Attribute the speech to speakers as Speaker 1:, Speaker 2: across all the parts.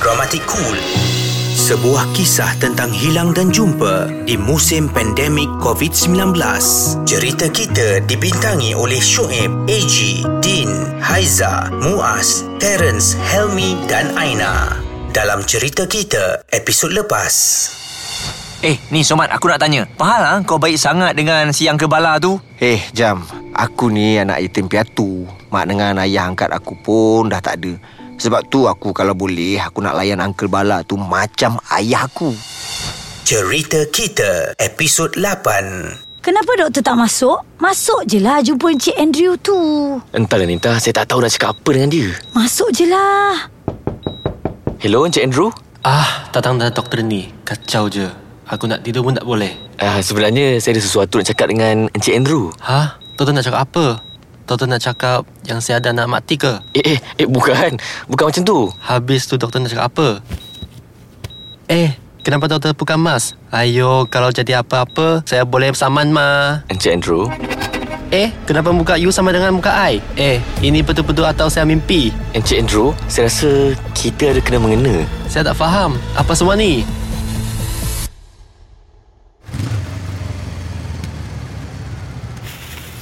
Speaker 1: Dramatik Cool sebuah kisah tentang hilang dan jumpa di musim pandemik COVID-19. Cerita kita dibintangi oleh Shoaib, AG, Din, Haiza, Muaz, Terence, Helmi dan Aina. Dalam cerita kita episod lepas.
Speaker 2: Eh, ni Somat, aku nak tanya. Fahal ah kau baik sangat dengan si yang kebala tu?
Speaker 3: Eh, Jam. Aku ni anak yatim piatu. Mak dengan ayah angkat aku pun dah tak ada. Sebab tu aku kalau boleh, aku nak layan Uncle Bala tu macam ayah aku.
Speaker 1: Cerita kita episod 8.
Speaker 4: Kenapa doktor tak masuk? Masuk je lah jumpa Encik Andrew tu.
Speaker 5: Entahlah Nita, saya tak tahu nak cakap apa dengan dia.
Speaker 4: Masuk je lah.
Speaker 5: Hello Encik Andrew?
Speaker 6: Ah, datang dah doktor ni. Kacau je. Aku nak tidur pun tak boleh.
Speaker 5: Uh, sebenarnya saya ada sesuatu nak cakap dengan Encik Andrew.
Speaker 6: Ha? Doktor nak cakap apa? Doktor nak cakap yang saya ada nak mati ke?
Speaker 5: Eh eh eh bukan. Bukan macam tu.
Speaker 6: Habis tu doktor nak cakap apa? Eh, kenapa doktor buka mas? Ayo, kalau jadi apa-apa, saya boleh saman ma.
Speaker 5: Encik Andrew.
Speaker 6: Eh, kenapa muka you sama dengan muka I? Eh, ini betul-betul atau saya mimpi?
Speaker 5: Encik Andrew, saya rasa kita ada kena mengena.
Speaker 6: Saya tak faham. Apa semua ni?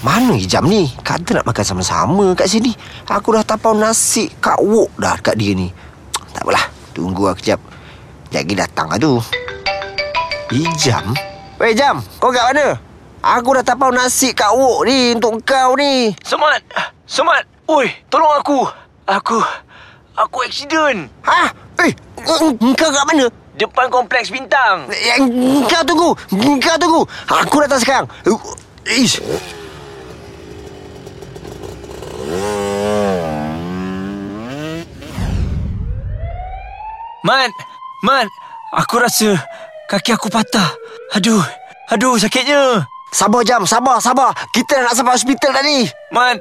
Speaker 3: Mana hijab ni? Kata nak makan sama-sama kat sini. Aku dah tapau nasi kat wok dah dekat dia ni. Tak apalah, tunggu lah kejap. Jadi datang lah tu. Ijam? Weh Jam, kau kat mana? Aku dah tapau nasi kat wok ni untuk kau ni.
Speaker 2: Somat! Somat! Oi, tolong aku! Aku... Aku accident!
Speaker 3: Ha? Eh, en- engkau kat mana?
Speaker 2: Depan kompleks bintang!
Speaker 3: Eh, Engkau tunggu. Engkau tunggu. Aku datang sekarang. Eh, Ish.
Speaker 2: Mat! Mat! Aku rasa kaki aku patah. Aduh! Aduh, sakitnya!
Speaker 3: Sabar jam, sabar, sabar. Kita dah nak sampai hospital dah ni.
Speaker 2: Mat!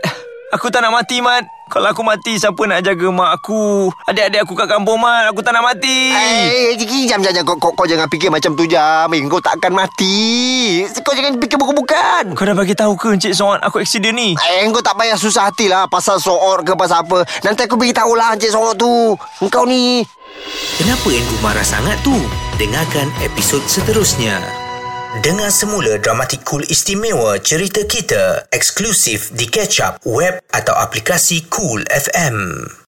Speaker 2: Aku tak nak mati, Mat! Kalau aku mati, siapa nak jaga mak aku? Adik-adik aku kat kampung, Mat! Aku tak nak mati!
Speaker 3: Eh, Ciki, jam, jam, jam. Kau, kau, kau jangan fikir macam tu, jam. Eh, kau takkan mati. Kau jangan fikir bukan-bukan.
Speaker 2: Kau dah bagi tahu ke Encik Somat aku accident ni?
Speaker 3: Eh, kau tak payah susah hatilah pasal soor ke pasal apa. Nanti aku beritahu lah Encik Soor tu. Engkau ni.
Speaker 1: Kenapa Andrew marah sangat tu? Dengarkan episod seterusnya. Dengar semula Dramatik Cool istimewa cerita kita eksklusif di Catch Up web atau aplikasi Cool FM.